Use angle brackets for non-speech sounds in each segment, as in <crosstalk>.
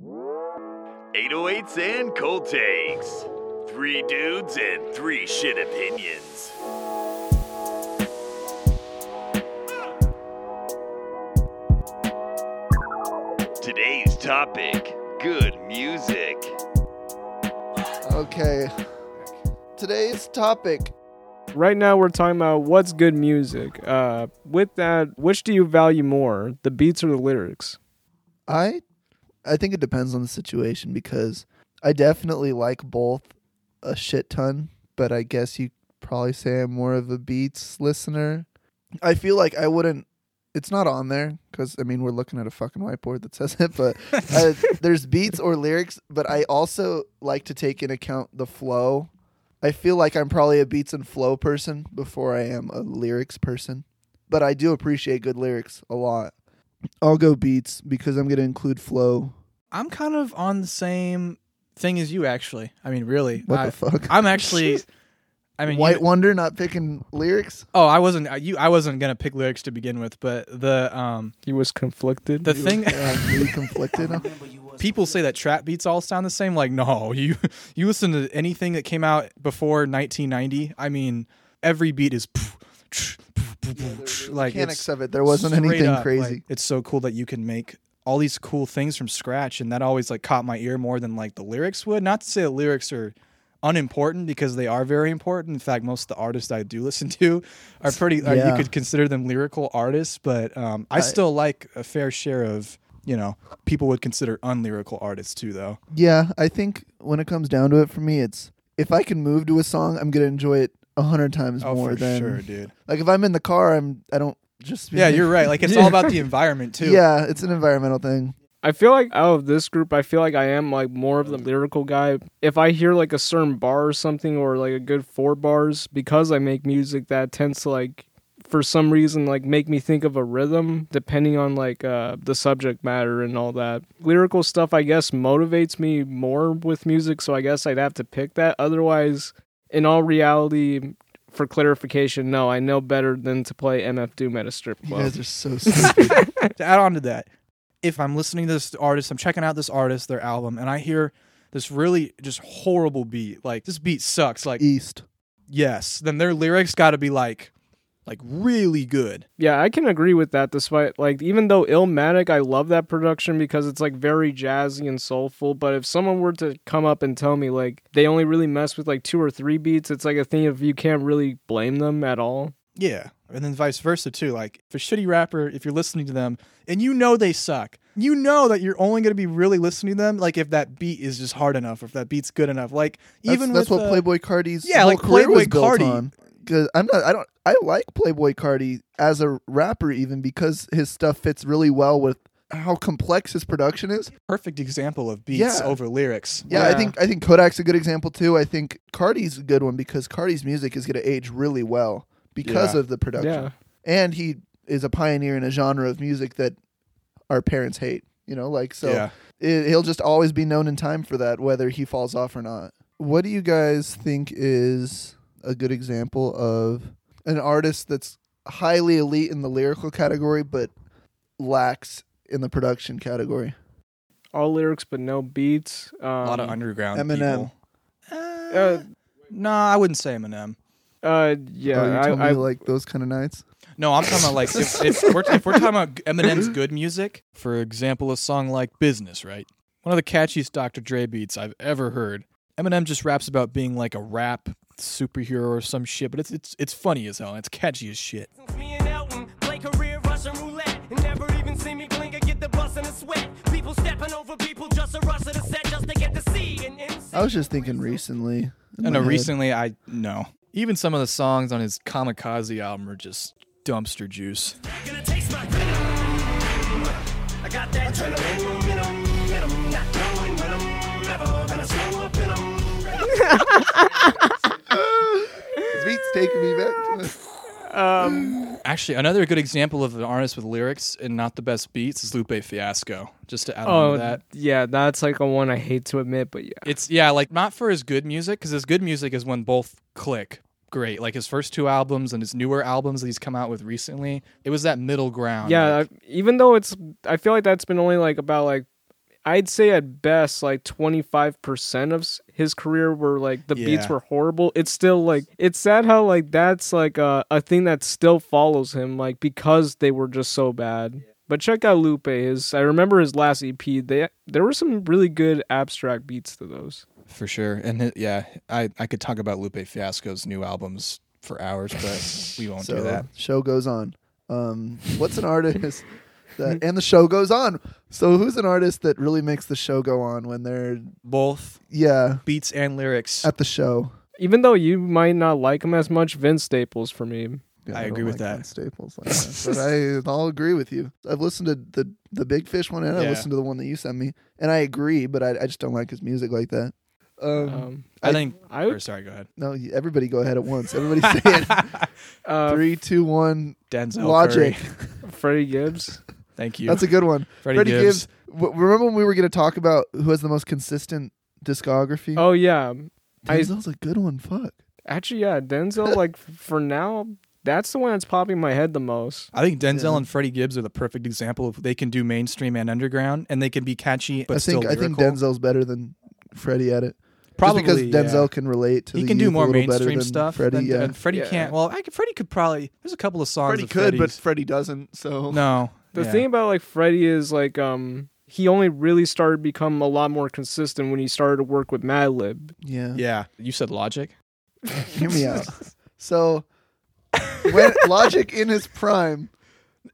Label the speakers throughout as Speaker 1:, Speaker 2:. Speaker 1: 808s and cold takes. Three dudes and three shit opinions. Today's topic good music.
Speaker 2: Okay. Today's topic.
Speaker 3: Right now, we're talking about what's good music. Uh, with that, which do you value more, the beats or the lyrics?
Speaker 2: I I think it depends on the situation because I definitely like both a shit ton, but I guess you probably say I'm more of a beats listener. I feel like I wouldn't it's not on there cuz I mean we're looking at a fucking whiteboard that says it, but uh, there's beats or lyrics, but I also like to take in account the flow. I feel like I'm probably a beats and flow person before I am a lyrics person, but I do appreciate good lyrics a lot. I'll go beats because I'm going to include flow.
Speaker 4: I'm kind of on the same thing as you, actually. I mean, really.
Speaker 2: What
Speaker 4: I,
Speaker 2: the fuck?
Speaker 4: I'm actually. I mean,
Speaker 2: White
Speaker 4: you-
Speaker 2: Wonder not picking lyrics.
Speaker 4: <laughs> oh, I wasn't uh, you. I wasn't gonna pick lyrics to begin with, but the um
Speaker 3: He was conflicted.
Speaker 4: the thing
Speaker 2: Yeah, I'm really conflicted.
Speaker 4: <laughs> people say that trap beats all sound the same. Like, no, <laughs> you you listen to anything that came out before 1990. I mean, every beat is <laughs> like
Speaker 2: Mechanics
Speaker 4: it's
Speaker 2: of it. There wasn't
Speaker 4: straight
Speaker 2: anything
Speaker 4: up,
Speaker 2: crazy.
Speaker 4: like, it's so cool that you can make all these cool things from scratch, and that always like caught my ear more than like the lyrics would. Not to say the lyrics are unimportant because they are very important. In fact, most of the artists I do listen to are pretty. uh,
Speaker 2: Yeah.
Speaker 4: you could consider them lyrical artists, but um, I, still like a fair share of you know people would consider unlyrical artists too, though.
Speaker 2: yeah, I think when it comes down to it, for me, it's if I can move to a song, I'm gonna enjoy it a hundred times
Speaker 4: Oh,
Speaker 2: more
Speaker 4: for
Speaker 2: than
Speaker 4: sure,
Speaker 2: <laughs>
Speaker 4: dude.
Speaker 2: like if I'm in the car. I'm I don't just
Speaker 4: Yeah, you're right. Like it's all about the environment
Speaker 2: <laughs>
Speaker 4: too.
Speaker 2: yeah. It's an environmental thing.
Speaker 3: I feel like out of this group, I feel like I am like more of the lyrical guy. If I hear like a certain bar or something, or like a good four bars, because I make music, that tends to like, for some reason, like make me think of a rhythm, depending on like uh, the subject matter and all that. Lyrical stuff, I guess, motivates me more with music, so I guess I'd have to pick that. Otherwise, in all reality, for clarification, no, I know better than to play MF Doom at a strip
Speaker 2: You
Speaker 3: club.
Speaker 2: guys are
Speaker 4: <laughs>
Speaker 2: so stupid.
Speaker 4: to add on to that, if I'm listening to this artist, I'm checking out this artist, their album, and I hear this really just horrible beat. Like this beat sucks. Like
Speaker 2: East.
Speaker 4: yes, then their lyrics got to be like, like really good.
Speaker 3: Yeah, I can agree with that. Despite like, even though Illmatic, I love that production because it's like very jazzy and soulful. But if someone were to come up and tell me like they only really mess with like two or three beats, it's like a thing of you can't really blame them at all.
Speaker 4: Yeah, and then vice versa too. Like if a shitty rapper, if you're listening to them and you know they suck, you know that you're only gonna be really listening to them. Like if that beat is just hard enough, if that beat's good enough. Like
Speaker 2: That's,
Speaker 4: even
Speaker 2: that's
Speaker 4: with,
Speaker 2: what
Speaker 4: uh,
Speaker 2: Playboy Cardi's
Speaker 4: Yeah,
Speaker 2: whole
Speaker 4: like
Speaker 2: career
Speaker 4: Playboy
Speaker 2: was built
Speaker 4: Cardi.
Speaker 2: on. 'Cause I'm not. I don't. I like Playboy Cardi as a rapper, even because his stuff fits really well with how complex his production is.
Speaker 4: perfect example of beats
Speaker 2: Yeah.
Speaker 4: over lyrics.
Speaker 2: Yeah, I
Speaker 3: Yeah.
Speaker 2: think I think Kodak's a good example too. I think Cardi's a good one because Cardi's music is going to age really well because
Speaker 4: Yeah.
Speaker 2: of the production,
Speaker 3: Yeah,
Speaker 2: and he is a pioneer in a genre of music that our parents hate. You know, like so
Speaker 4: yeah.
Speaker 2: it, he'll just always be known in time for that, whether he falls off or not. What do you guys think is a good example of an artist that's highly elite in the lyrical category but lacks in the production category?
Speaker 3: all lyrics but no beats. Um,
Speaker 4: a lot of underground
Speaker 2: Eminem.
Speaker 4: people. Uh, no, I wouldn't say Eminem.
Speaker 3: Uh,
Speaker 2: Oh, you
Speaker 3: yeah,
Speaker 2: tell
Speaker 3: I,
Speaker 2: me
Speaker 3: I
Speaker 2: you like those kind of nights.
Speaker 4: No, I'm talking about like if, if, we're, if we're talking about Eminem's good music, for example, a song like "Business," right? One of the catchiest Dr. Dre beats I've ever heard. Eminem just raps about being like a rap superhero or some shit, but it's it's it's funny as hell. And it's catchy as shit.
Speaker 5: Since me and Elton play career Russian roulette and never even see me blink or get the bus in a sweat. People stepping over people just to rush to the set just to get to see an MC.
Speaker 2: I was just thinking recently. in
Speaker 4: I
Speaker 2: my
Speaker 4: know
Speaker 2: head.
Speaker 4: recently I no. Even some of the songs on his Kamikaze album are just dumpster juice.
Speaker 5: Gonna taste my venom. I got that adrenaline in 'em, in 'em, not knowing when I'm never gonna slow up in 'em.
Speaker 2: His beats taking me back. To
Speaker 4: Actually, another good example of an artist with lyrics and not the best beats is Lupe Fiasco. Just to add on to
Speaker 3: oh
Speaker 4: that,
Speaker 3: yeah, that's like a one I hate to admit, but yeah,
Speaker 4: it's yeah, like not for his good music because his good music is when both click great. Like his first two albums and his newer albums that he's come out with recently, it was that middle ground.
Speaker 3: yeah.
Speaker 4: like,
Speaker 3: I, even though it's, I feel like that's been only like about like I'd say at best like 25% of s- his career were like the beats
Speaker 4: Yeah.
Speaker 3: were horrible. It's still like it's sad how like that's like a, a thing that still follows him like because they were just so bad. But check out Lupe. His I remember his last EP. They there were some really good abstract beats to those.
Speaker 4: for sure. And it- yeah, I I could talk about Lupe Fiasco's new albums for hours, but we won't do
Speaker 2: So
Speaker 4: that.
Speaker 2: show goes on. Um, what's an artist that <laughs> and the show goes on? So who's an artist that really makes the show go on when they're
Speaker 4: Both
Speaker 2: yeah
Speaker 4: beats and lyrics.
Speaker 2: at the show?
Speaker 3: Even though you might not like him as much, Vince Staples for me.
Speaker 2: Yeah,
Speaker 4: I
Speaker 2: don't
Speaker 4: agree with
Speaker 2: like
Speaker 4: that.
Speaker 2: Vince Staples like that,
Speaker 4: <laughs>
Speaker 2: but I, <laughs> I'll agree with you. I've listened to the the Big Fish one, and I
Speaker 4: Yeah.
Speaker 2: listened to the one that you sent me, and I agree, but I, I just don't like his music like that.
Speaker 4: Mm-hmm.
Speaker 2: Um,
Speaker 3: Um,
Speaker 4: I think.
Speaker 3: I
Speaker 4: or
Speaker 3: would-
Speaker 4: sorry, go ahead.
Speaker 2: no, you- everybody go ahead at once.
Speaker 4: <laughs>
Speaker 2: Everybody say it.
Speaker 3: uh,
Speaker 4: Um,
Speaker 2: Three, two, one.
Speaker 4: Denzel
Speaker 2: Logic.
Speaker 4: Curry.
Speaker 3: Freddie Gibbs.
Speaker 4: Thank you.
Speaker 2: That's a good one.
Speaker 4: Freddie Gibbs.
Speaker 2: W- remember when we were going to talk about who has the most consistent discography?
Speaker 3: Oh yeah, I-
Speaker 2: Denzel's a good one. Fuck.
Speaker 3: actually yeah, Denzel. like for now, that's the one that's popping my head the most.
Speaker 4: I think Denzel
Speaker 2: Yeah.
Speaker 4: and Freddie Gibbs are the perfect example of they can do mainstream and underground, and they can be catchy but
Speaker 2: I think
Speaker 4: still
Speaker 2: I think
Speaker 4: lyrical.
Speaker 2: Denzel's better than Freddie at it.
Speaker 4: Probably
Speaker 2: Just because Denzel
Speaker 4: yeah.
Speaker 2: can relate to
Speaker 4: he
Speaker 2: the
Speaker 4: can do
Speaker 2: youth a
Speaker 4: more
Speaker 2: little better
Speaker 4: mainstream
Speaker 2: than
Speaker 4: stuff.
Speaker 2: Freddie,
Speaker 4: than,
Speaker 2: yeah.
Speaker 4: and Freddie
Speaker 3: Yeah.
Speaker 4: can't. Well, I, could- Freddie could probably. There's a couple of songs.
Speaker 2: Freddie
Speaker 4: of
Speaker 2: could, but
Speaker 4: Freddie's-
Speaker 2: Freddie doesn't. So
Speaker 4: no.
Speaker 3: The
Speaker 4: yeah.
Speaker 3: thing about like Freddie is like um he only really started to become a lot more consistent when he started to work with Madlib.
Speaker 2: yeah,
Speaker 4: Yeah, you said Logic.
Speaker 2: hear me out. <laughs> So when Logic in his prime,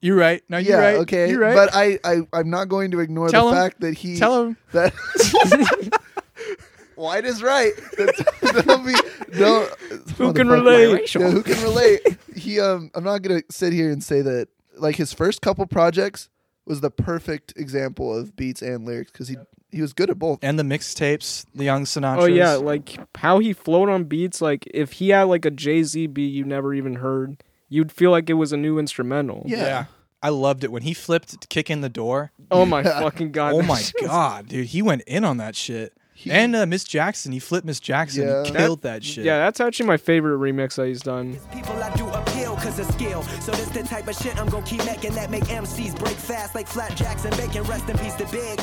Speaker 4: You're right. No,
Speaker 2: yeah,
Speaker 4: you're right.
Speaker 2: okay,
Speaker 4: You're right.
Speaker 2: but I, I I'm not going to ignore
Speaker 4: Tell
Speaker 2: the
Speaker 4: him.
Speaker 2: fact that he
Speaker 4: Tell him.
Speaker 2: that White is right. That's, that'll be no.
Speaker 3: Who can
Speaker 2: Motherfucker.
Speaker 3: relate?
Speaker 2: Yeah, who can relate? He um, I'm not gonna sit here and say that like his first couple projects was the perfect example of beats and lyrics because he he was good at both.
Speaker 4: And the mixtapes, the Young Sinatra.
Speaker 3: Oh yeah, like how he flowed on beats. Like if he had like a Jay Z beat you never even heard, you'd feel like it was a new instrumental.
Speaker 2: Yeah.
Speaker 4: I loved it when he flipped to kick in the door.
Speaker 3: Oh my fucking god.
Speaker 4: Oh
Speaker 3: that
Speaker 2: <laughs>
Speaker 3: <laughs>
Speaker 4: my
Speaker 3: shit-
Speaker 4: god, dude, he went in on that shit.
Speaker 2: He-
Speaker 4: and uh, Miss Jackson, he flipped Miss Jackson.
Speaker 2: Yeah.
Speaker 4: He killed that shit.
Speaker 3: Yeah, that's actually my favorite remix that he's done.
Speaker 5: People I do appeal cause of skill. So this the type of shit I'm gonna keep making that make MCs break fast like flapjacks and bacon. Rest in peace to Big.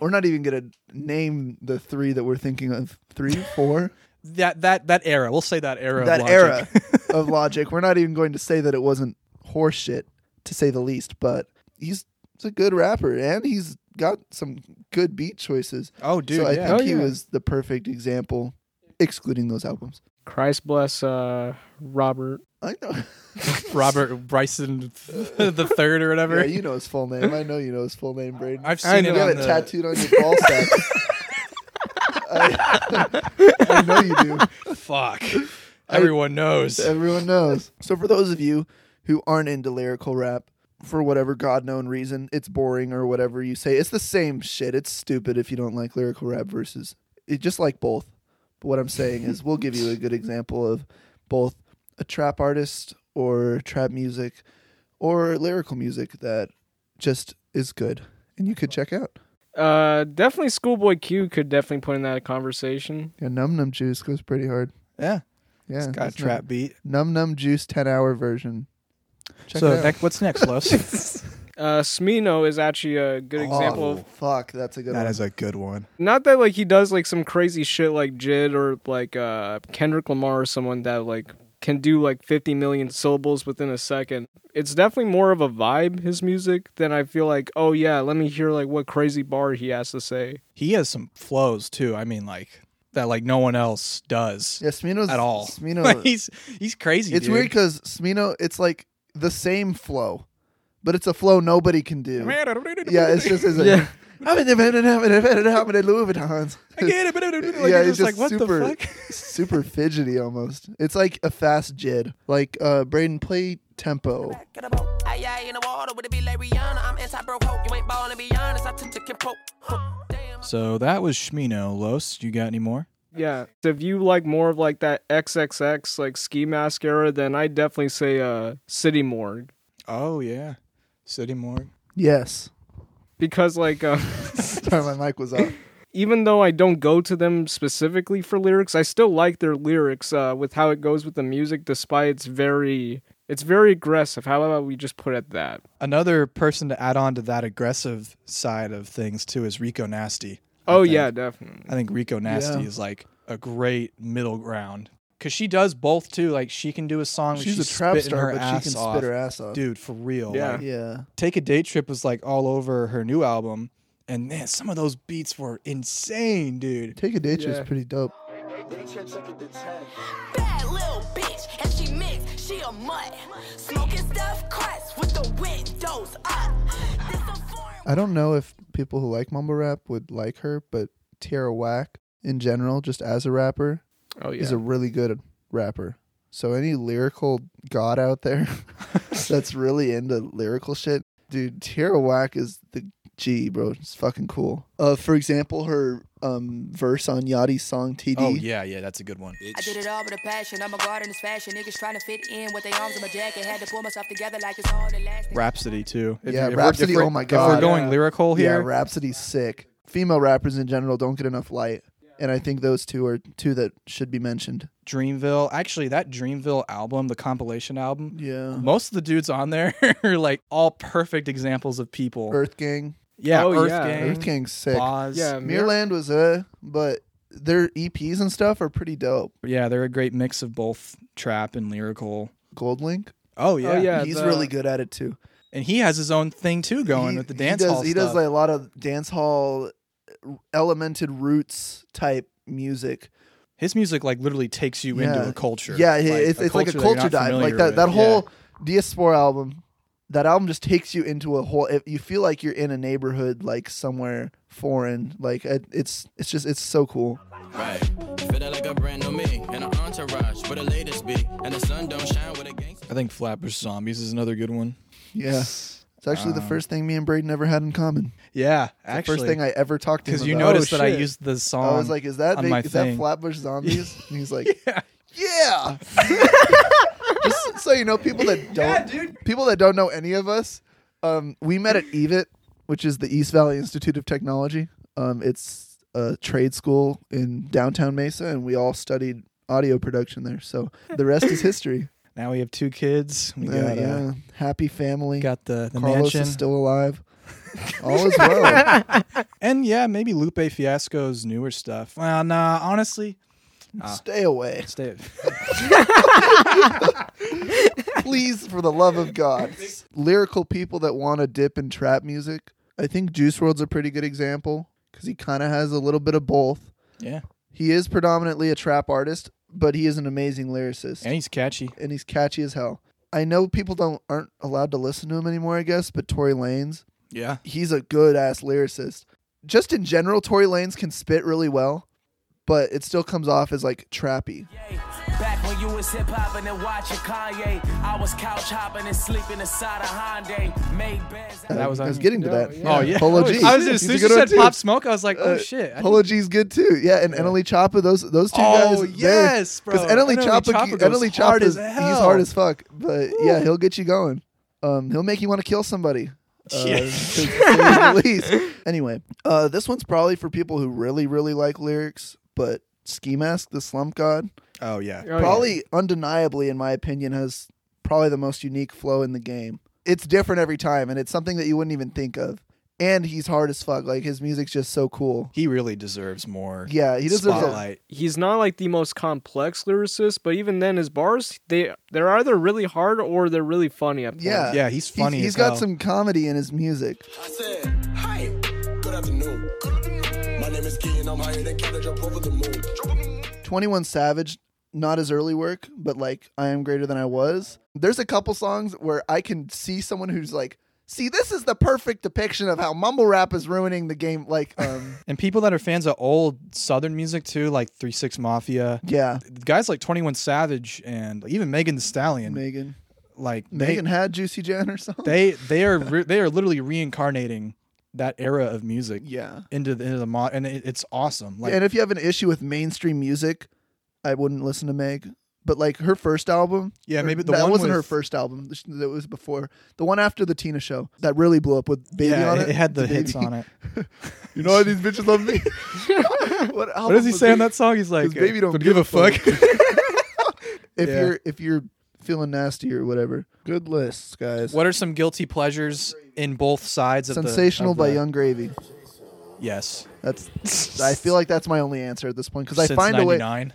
Speaker 2: We're not even gonna name the three that we're thinking of. Three, four.
Speaker 4: that that that era. We'll say that era. of
Speaker 2: that
Speaker 4: Logic.
Speaker 2: era of Logic. We're not even going to say that it wasn't horseshit, to say the least. But he's, he's a good rapper, and he's got some good beat choices.
Speaker 4: <laughs> oh, dude,
Speaker 2: so I
Speaker 4: yeah.
Speaker 2: think
Speaker 3: Oh,
Speaker 2: he
Speaker 3: yeah.
Speaker 2: was the perfect example, excluding those albums.
Speaker 3: Christ bless uh Robert.
Speaker 2: I
Speaker 4: <laughs>
Speaker 2: know.
Speaker 4: Robert Bryson <laughs> the third or whatever.
Speaker 2: Yeah, you know his full name. I know you know his full name, Braden.
Speaker 4: I've
Speaker 3: I
Speaker 4: seen
Speaker 2: you
Speaker 4: it
Speaker 2: have
Speaker 4: on
Speaker 2: it
Speaker 4: the,
Speaker 2: tattooed on your ball sack.
Speaker 4: <laughs>
Speaker 2: I, <laughs> I know you do. <laughs>
Speaker 4: Fuck, <laughs> everyone knows.
Speaker 2: Everyone knows. So for those of you who aren't into lyrical rap, for whatever god known reason, it's boring or whatever you say. It's the same shit. It's stupid if you don't like lyrical rap versus it just like both. But what I'm saying is we'll give you a good example of both a trap artist or trap music or lyrical music that just is good and you could check out.
Speaker 3: Uh definitely Schoolboy Q could definitely put in that conversation.
Speaker 2: Yeah, Num Num Juice goes pretty hard.
Speaker 4: Yeah,
Speaker 2: Yeah.
Speaker 4: it's got a
Speaker 2: isn't it?
Speaker 4: trap beat.
Speaker 2: Num Num Juice 10 hour version. Check
Speaker 4: so
Speaker 2: it out.
Speaker 4: next- what's
Speaker 2: <laughs>
Speaker 4: next, Los?
Speaker 3: Uh Smino is actually a good example of
Speaker 2: Oh, fuck, that's a good
Speaker 4: that
Speaker 2: one.
Speaker 4: is a good one.
Speaker 3: Not that like he does like some crazy shit like Jid or like uh Kendrick Lamar or someone that like can do like 50 million syllables within a second. It's definitely more of a vibe his music than I feel like, oh yeah, let me hear like what crazy bar he has to say.
Speaker 4: He has some flows too. I mean, like that, like no one else does
Speaker 2: yeah, Smino's
Speaker 4: at all.
Speaker 2: Smino,
Speaker 4: <laughs> Like, he's he's crazy.
Speaker 2: it's
Speaker 4: dude.
Speaker 2: weird
Speaker 4: <laughs>
Speaker 2: because Smino, it's like the same flow, but it's a flow nobody can do. <laughs> Yeah,
Speaker 4: <laughs>
Speaker 2: it's just
Speaker 3: <laughs>
Speaker 2: it's like,
Speaker 3: Yeah.
Speaker 2: I'm in the van and I'm in the van and I'm in the Louis Vuittons. <laughs>
Speaker 4: I get it, but like,
Speaker 2: yeah,
Speaker 4: you're
Speaker 2: it's
Speaker 4: just like
Speaker 2: just
Speaker 4: what
Speaker 2: super-
Speaker 4: the fuck? <laughs>
Speaker 2: Super fidgety almost. It's like a fast jid. Like uh Braden play tempo.
Speaker 5: Get a boat. Aye, aye, in the water with it be like Rihanna. I'm anti broke hope. You ain't ballin' to be honest. I took the can poke. Huh. Damn.
Speaker 4: So that was Shmino. Los, you got any more?
Speaker 3: Yeah. If you like more of like that XXX like ski mask era, then I definitely say uh City Morgue
Speaker 4: Oh yeah, City Morgue.
Speaker 2: Yes. <laughs>
Speaker 3: because like uh
Speaker 2: Sorry, my mic was
Speaker 4: <laughs>
Speaker 2: off.
Speaker 3: even though I don't go to them specifically for lyrics, I still like their lyrics uh, with how it goes with the music, despite its very It's very aggressive. How about we just put it that?
Speaker 4: Another person to add on to that aggressive side of things too is Rico Nasty. I
Speaker 3: Oh
Speaker 4: think.
Speaker 3: yeah, definitely.
Speaker 4: I think Rico Nasty
Speaker 2: Yeah.
Speaker 4: is like a great middle ground because she does both too. Like she can do a song. where
Speaker 2: She's, a trap
Speaker 4: spitting
Speaker 2: star,
Speaker 4: her
Speaker 2: but
Speaker 4: ass
Speaker 2: she can
Speaker 4: off.
Speaker 2: spit her ass off.
Speaker 4: Dude, for real.
Speaker 3: Yeah.
Speaker 4: Like,
Speaker 2: Yeah.
Speaker 4: Take a Date Trip was like all over her new album. And man, some of those beats were insane, dude.
Speaker 2: Take a ditch
Speaker 3: Yeah.
Speaker 2: is pretty dope.
Speaker 6: Bad little bitch, and she mix, she a mutt. Smoking stuff cracks with the windows up. This a foreign
Speaker 2: I don't know if people who like mumble rap would like her, but Tierra Whack in general, just as a rapper,
Speaker 3: Oh yeah.
Speaker 2: is a really good rapper. So any lyrical god out
Speaker 4: <laughs>
Speaker 2: there that's really into lyrical shit, dude, Tierra Whack is the G, bro. It's fucking cool. Uh, for example, her um verse on Yachty's song TD.
Speaker 4: Oh, yeah, yeah, that's a good one.
Speaker 6: I did it all with a passion. I'm a guard in this fashion. Niggas trying to fit in with their arms in my jacket. Had to pull myself together like it's all the last.
Speaker 4: Rhapsody, too. If-
Speaker 2: Yeah,
Speaker 4: if we're-
Speaker 2: Rhapsody,
Speaker 4: if we're-
Speaker 2: oh my
Speaker 4: If
Speaker 2: God.
Speaker 4: we're going
Speaker 3: Yeah.
Speaker 4: lyrical
Speaker 2: Yeah,
Speaker 4: here,
Speaker 2: Rhapsody's sick. Female rappers in general don't get enough light, and I think those two are two that should be mentioned.
Speaker 4: Dreamville. Actually, that Dreamville album, the compilation album,
Speaker 2: Yeah,
Speaker 4: most of the dudes on there <laughs> are like all perfect examples of people.
Speaker 2: Earth Gang,
Speaker 4: yeah,
Speaker 3: Oh,
Speaker 4: Earth
Speaker 3: yeah.
Speaker 4: Gang,
Speaker 2: Earth Gang's sick.
Speaker 4: Boz.
Speaker 3: yeah, Mir-
Speaker 2: Mirland was uh, but their EPs and stuff are pretty dope.
Speaker 4: Yeah, they're a great mix of both trap and lyrical.
Speaker 2: Gold Link,
Speaker 4: Oh
Speaker 3: yeah. yeah.
Speaker 2: he's
Speaker 3: the-
Speaker 2: really good at it too.
Speaker 4: and he has his own thing too going
Speaker 2: He-
Speaker 4: with the dance
Speaker 2: he does,
Speaker 4: hall
Speaker 2: He
Speaker 4: stuff.
Speaker 2: does like a lot of dance hall, uh, elemented roots type music.
Speaker 4: his music like literally takes you into
Speaker 2: Yeah.
Speaker 4: a culture.
Speaker 2: Yeah, i- it's,
Speaker 4: a
Speaker 2: it's like a
Speaker 4: culture that you're
Speaker 2: culture
Speaker 4: not
Speaker 2: dive. Like
Speaker 4: familiar
Speaker 2: that,
Speaker 4: with.
Speaker 2: that
Speaker 4: Yeah.
Speaker 2: whole Diaspora album, that album just takes you into a whole. If you feel like you're in a neighborhood, like somewhere foreign, like it, it's it's just it's so cool.
Speaker 7: Right. Feeling like a brand new me and an entourage where the latest be. And the sun don't shine with a gangster.
Speaker 4: I think Flatbush Zombies is another good one.
Speaker 2: Yeah, it's actually the first thing me and Braden ever had in common.
Speaker 4: Yeah,
Speaker 2: The
Speaker 4: Um, actually,
Speaker 2: first thing I ever talked to him
Speaker 4: because you
Speaker 2: about.
Speaker 4: noticed
Speaker 3: Oh,
Speaker 4: that I
Speaker 3: shit.
Speaker 4: used the song.
Speaker 2: I was like, "Is that
Speaker 4: on
Speaker 2: big,
Speaker 4: my
Speaker 2: is that
Speaker 4: thing.
Speaker 2: Flatbush Zombies?"
Speaker 4: <laughs>
Speaker 2: and he's like, "Yeah, <laughs> Just so you know, people that don't people that don't know any of us, um, we met at EVIT, which is the East Valley Institute of Technology. Um, it's a trade school in downtown Mesa, and we all studied audio production there.
Speaker 4: <laughs>
Speaker 2: So the rest is history.
Speaker 4: now we have two kids. We
Speaker 2: Uh,
Speaker 4: got, uh,
Speaker 2: yeah, happy family.
Speaker 4: got the, the
Speaker 2: Carlos
Speaker 4: mansion,
Speaker 2: is still
Speaker 4: <laughs>
Speaker 2: alive. All is well.
Speaker 4: and yeah, maybe Lupe Fiasco's newer stuff. Well, nah, honestly,
Speaker 2: Stay away,
Speaker 4: stay. <laughs>
Speaker 2: please, for the love of God. Lyrical people that want to dip in trap music. I think Juice World's a pretty good example because he kind of has a little bit of both.
Speaker 4: yeah,
Speaker 2: He is predominantly a trap artist, but he is an amazing lyricist,
Speaker 4: and he's catchy.
Speaker 2: and he's catchy as hell. I know people don't aren't allowed to listen to him anymore, I guess, but Tory Lanez,
Speaker 4: Yeah,
Speaker 2: he's a good ass lyricist. Just in general, Tory Lanez can spit really well, but it still comes off as like trappy.
Speaker 5: Back when you was hip hopping and watching Kanye, I was couch hopping and sleeping inside a Hyundai. Made beds.
Speaker 4: That was
Speaker 2: I
Speaker 4: on
Speaker 2: was
Speaker 4: you.
Speaker 2: getting to
Speaker 3: No,
Speaker 2: that.
Speaker 3: yeah. Oh, yeah.
Speaker 2: Polo
Speaker 3: Oh,
Speaker 2: G.
Speaker 3: shit.
Speaker 4: <laughs> I was
Speaker 2: He's
Speaker 4: as
Speaker 2: a
Speaker 4: soon as you
Speaker 2: good one,
Speaker 4: said
Speaker 2: too.
Speaker 4: Pop Smoke, I was like, oh
Speaker 2: Uh,
Speaker 4: shit. I
Speaker 2: Polo G's good too. Yeah, and Eneli Choppa, those those two
Speaker 4: Oh,
Speaker 2: guys. they're-
Speaker 4: yes, bro.
Speaker 2: Eneli
Speaker 4: Eneli
Speaker 2: Choppa,
Speaker 4: Choppa
Speaker 2: Eneli
Speaker 4: goes
Speaker 2: Choppa,
Speaker 4: hard as
Speaker 2: he's
Speaker 4: hell.
Speaker 2: hard as fuck. But yeah, he'll get you going. Um, he'll make you want to kill somebody. Uh,
Speaker 4: <laughs> Yeah.
Speaker 2: to say the least. Anyway, uh, this one's probably for people who really, really like lyrics, but Ski Mask, the Slump God,
Speaker 4: didn't- Oh yeah.
Speaker 3: Oh, yeah.
Speaker 2: probably undeniably, in my opinion, has probably the most unique flow in the game. It's different every time, and it's something that you wouldn't even think of. And he's hard as fuck. Like his music's just so cool.
Speaker 4: He really deserves more.
Speaker 2: Yeah, he deserves a,
Speaker 4: spotlight.
Speaker 3: he's not like the most complex lyricist, but even then, his bars they they're either really hard or they're really funny. At points.
Speaker 2: Yeah.
Speaker 4: Yeah, he's funny
Speaker 2: he's
Speaker 4: as
Speaker 2: got
Speaker 4: hell.
Speaker 2: some comedy in his music.
Speaker 8: I said, hi, good afternoon. My name is Key and I'm higher than Canada, jump over the moon.
Speaker 2: 21 Savage, not his early work, but like I Am Greater Than I Was. There's a couple songs where I can see someone who's like, see, this is the perfect depiction of how mumble rap is ruining the game. Like,
Speaker 4: <laughs>
Speaker 2: um,
Speaker 4: And people that are fans of old Southern music too, like Three Six Mafia,
Speaker 2: yeah,
Speaker 4: guys like Twenty One Savage, and even Megan Thee Stallion.
Speaker 2: Megan.
Speaker 4: like
Speaker 2: Megan had Juicy Jan or something.
Speaker 4: <laughs> they, they they are re- they are literally reincarnating that era of music
Speaker 2: yeah.
Speaker 4: into the into the mod, and it, it's awesome. Like
Speaker 2: and if you have an issue with mainstream music, I wouldn't listen to Meg. But like her first album,
Speaker 4: Yeah,
Speaker 2: or-
Speaker 4: maybe the
Speaker 2: that
Speaker 4: one
Speaker 2: wasn't her
Speaker 4: with-
Speaker 2: first album. This- That was before the one after the Tina show that really blew up with Baby
Speaker 4: yeah,
Speaker 2: on
Speaker 4: it,
Speaker 2: it.
Speaker 4: it had the, hits
Speaker 2: Baby.
Speaker 4: on <laughs> it.
Speaker 2: <laughs> You know why these bitches love
Speaker 4: <laughs>
Speaker 2: me? <laughs> what,
Speaker 4: What does he say on that song? He's like,
Speaker 2: Baby
Speaker 4: <laughs> uh,
Speaker 2: don't
Speaker 4: give a fuck.
Speaker 2: <laughs> If
Speaker 4: Yeah.
Speaker 2: you're if you're feeling nasty or whatever. Good lists, guys.
Speaker 4: What are some guilty pleasures in both sides of the- of
Speaker 2: Sensational by
Speaker 4: the-
Speaker 2: Young Gravy.
Speaker 4: Yes.
Speaker 2: That's. <laughs> I feel like that's my only answer at this point because I
Speaker 4: Since
Speaker 2: find a way
Speaker 4: 99.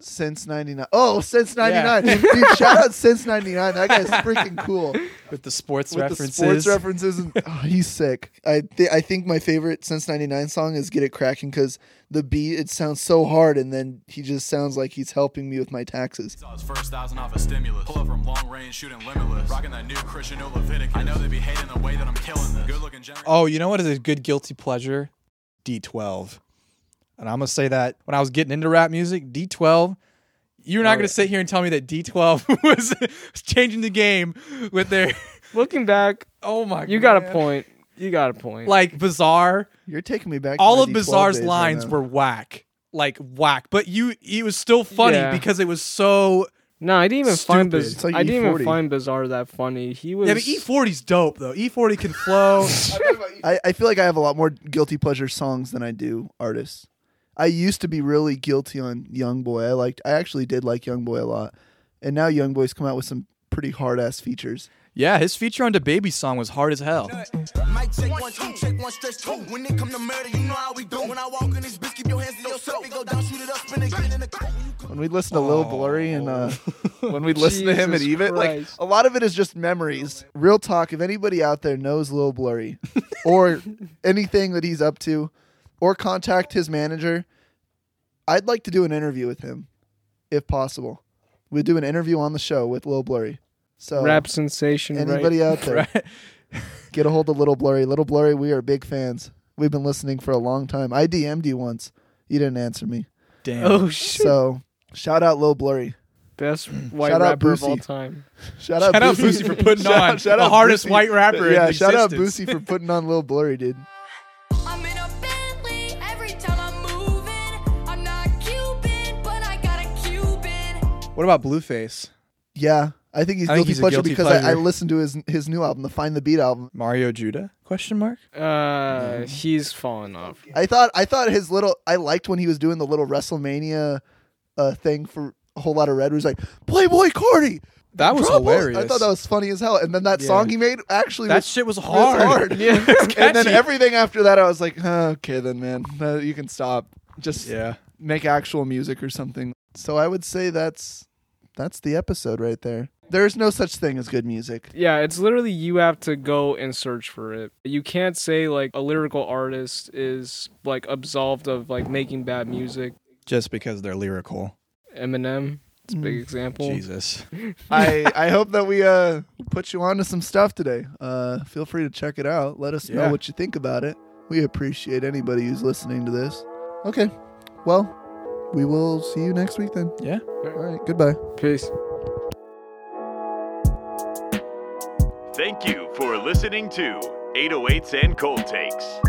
Speaker 2: since '99. Oh, since '99,
Speaker 4: <laughs>
Speaker 2: dude! Shout out since '99. That guy's freaking cool.
Speaker 4: with the sports
Speaker 2: with
Speaker 4: references.
Speaker 2: the sports references. And, oh, he's sick. I th- I think my favorite since '99 song is "Get It Cracking" because the beat it sounds so hard, and then he just sounds like he's helping me with my taxes.
Speaker 9: Saw his first thousand off a stimulus. Pull up from long range, shooting limitless. Rocking that new Christian New Leviticus. I know they be hating the way that I'm killing this. Good looking generation.
Speaker 4: Oh, you know what is a good guilty pleasure? D12. And I'm going to say that when I was getting into rap music, D12, you're
Speaker 2: Oh,
Speaker 4: not going to sit here and tell me that D12 <laughs> was changing the game with their, <laughs>
Speaker 3: Looking back,
Speaker 4: oh my
Speaker 3: you got a
Speaker 4: man.
Speaker 3: point. You got a point.
Speaker 4: Like Bizarre,
Speaker 2: You're taking me back. to
Speaker 4: all
Speaker 2: my
Speaker 4: of
Speaker 2: D12
Speaker 4: Bizarre's
Speaker 2: days right
Speaker 4: lines
Speaker 2: now.
Speaker 4: were whack. Like whack, but you it was still funny
Speaker 3: Yeah.
Speaker 4: because it was so
Speaker 3: no, I didn't even find
Speaker 4: Stupid.
Speaker 3: Biz-
Speaker 2: It's like E
Speaker 3: I didn't
Speaker 2: E40.
Speaker 3: even find Bizarre that funny. He was
Speaker 4: Yeah, but
Speaker 2: E
Speaker 4: E E40's dope though. E40 can flow.
Speaker 2: I, I feel like I have a lot more guilty pleasure songs than I do artists. I used to be really guilty on Young Boy. I liked. I actually did like Young Boy a lot, and now Young Boy's come out with some pretty hard ass features.
Speaker 4: <laughs> yeah, his feature on the baby song was hard as hell.
Speaker 8: Mic check one, two, check one, stretch two. When it come to murder, you know how we do. When I walk in this bitch, keep your hands to yourself. It go down, shoot it up, spin it, get in the coat.
Speaker 2: When we listen to Lil Blurry and uh, when we listen to him and
Speaker 3: Oh. Jesus
Speaker 2: Eve, it, like
Speaker 3: Christ.
Speaker 2: a lot of it is just memories. Real talk. If anybody out there knows Lil
Speaker 3: <laughs>
Speaker 2: Blurry or anything that he's up to, or contact his manager, I'd like to do an interview with him, if possible. We do an interview on the show with Lil Blurry. So
Speaker 3: rap sensation.
Speaker 2: anybody
Speaker 3: right? <laughs>
Speaker 2: out there, get a hold of Little Blurry. Little Blurry, we are big fans. We've been listening for a long time. I DM'd you once. You didn't answer me.
Speaker 4: Damn.
Speaker 3: Oh shit!
Speaker 2: So shout out Lil Blurry.
Speaker 3: Best
Speaker 2: Mm. Shout
Speaker 3: white
Speaker 2: out
Speaker 3: rapper of all
Speaker 2: Boosie.
Speaker 3: time.
Speaker 2: Shout out
Speaker 4: Shout out
Speaker 2: Boosie. <laughs>
Speaker 4: Boosie for putting
Speaker 2: Shout-
Speaker 4: on
Speaker 2: shout
Speaker 4: the
Speaker 2: out
Speaker 4: hardest
Speaker 2: Boosie.
Speaker 4: white rapper
Speaker 2: yeah,
Speaker 4: in
Speaker 2: shout out
Speaker 4: existence.
Speaker 2: Boosie for putting on Lil Blurry, dude.
Speaker 6: I'm in a Bentley every time I'm moving. I'm not Cuban, but I got a Cuban.
Speaker 4: What about Blueface?
Speaker 2: Yeah, I think he's
Speaker 4: I
Speaker 2: guilty
Speaker 4: think he's a
Speaker 2: pleasure
Speaker 4: guilty
Speaker 2: because I, I
Speaker 4: pleasure.
Speaker 2: listened to his his new album, the Find the Beat album.
Speaker 4: Mario Judah? Question mark.
Speaker 3: Uh, he's fallen off.
Speaker 2: I thought I thought his little I liked when he was doing the little WrestleMania uh, thing for a whole lot of red. Where he's like Playboy Cardi.
Speaker 4: That was
Speaker 2: Trouble!"
Speaker 4: hilarious.
Speaker 2: I thought that was funny as hell. And then that
Speaker 4: Yeah.
Speaker 2: song he made actually
Speaker 4: That
Speaker 2: was,
Speaker 4: shit was
Speaker 2: was
Speaker 4: hard. <laughs>
Speaker 2: hard.
Speaker 3: Yeah.
Speaker 2: and then
Speaker 4: catchy.
Speaker 2: everything after that, I was like, "Huh, okay, then man, Uh, you can stop. Just
Speaker 4: Yeah.
Speaker 2: make actual music or something. So I would say that's that's the episode right there. There's no such thing as good music.
Speaker 3: <laughs> Yeah, it's literally you have to go and search for it. You can't say like a lyrical artist is like absolved of like making bad music.
Speaker 4: Just because they're lyrical.
Speaker 3: Eminem, it's a
Speaker 2: Mm.
Speaker 3: big example.
Speaker 4: Jesus.
Speaker 2: I, I hope that we uh put you onto some stuff today. Uh feel free to check it out. Let us know
Speaker 4: Yeah.
Speaker 2: what you think about it. We appreciate anybody who's listening to this. Okay. Well, we will see you next week then.
Speaker 4: Yeah.
Speaker 2: All right. Goodbye.
Speaker 3: Peace.
Speaker 1: Thank you for listening to 808s and oh Cold Takes.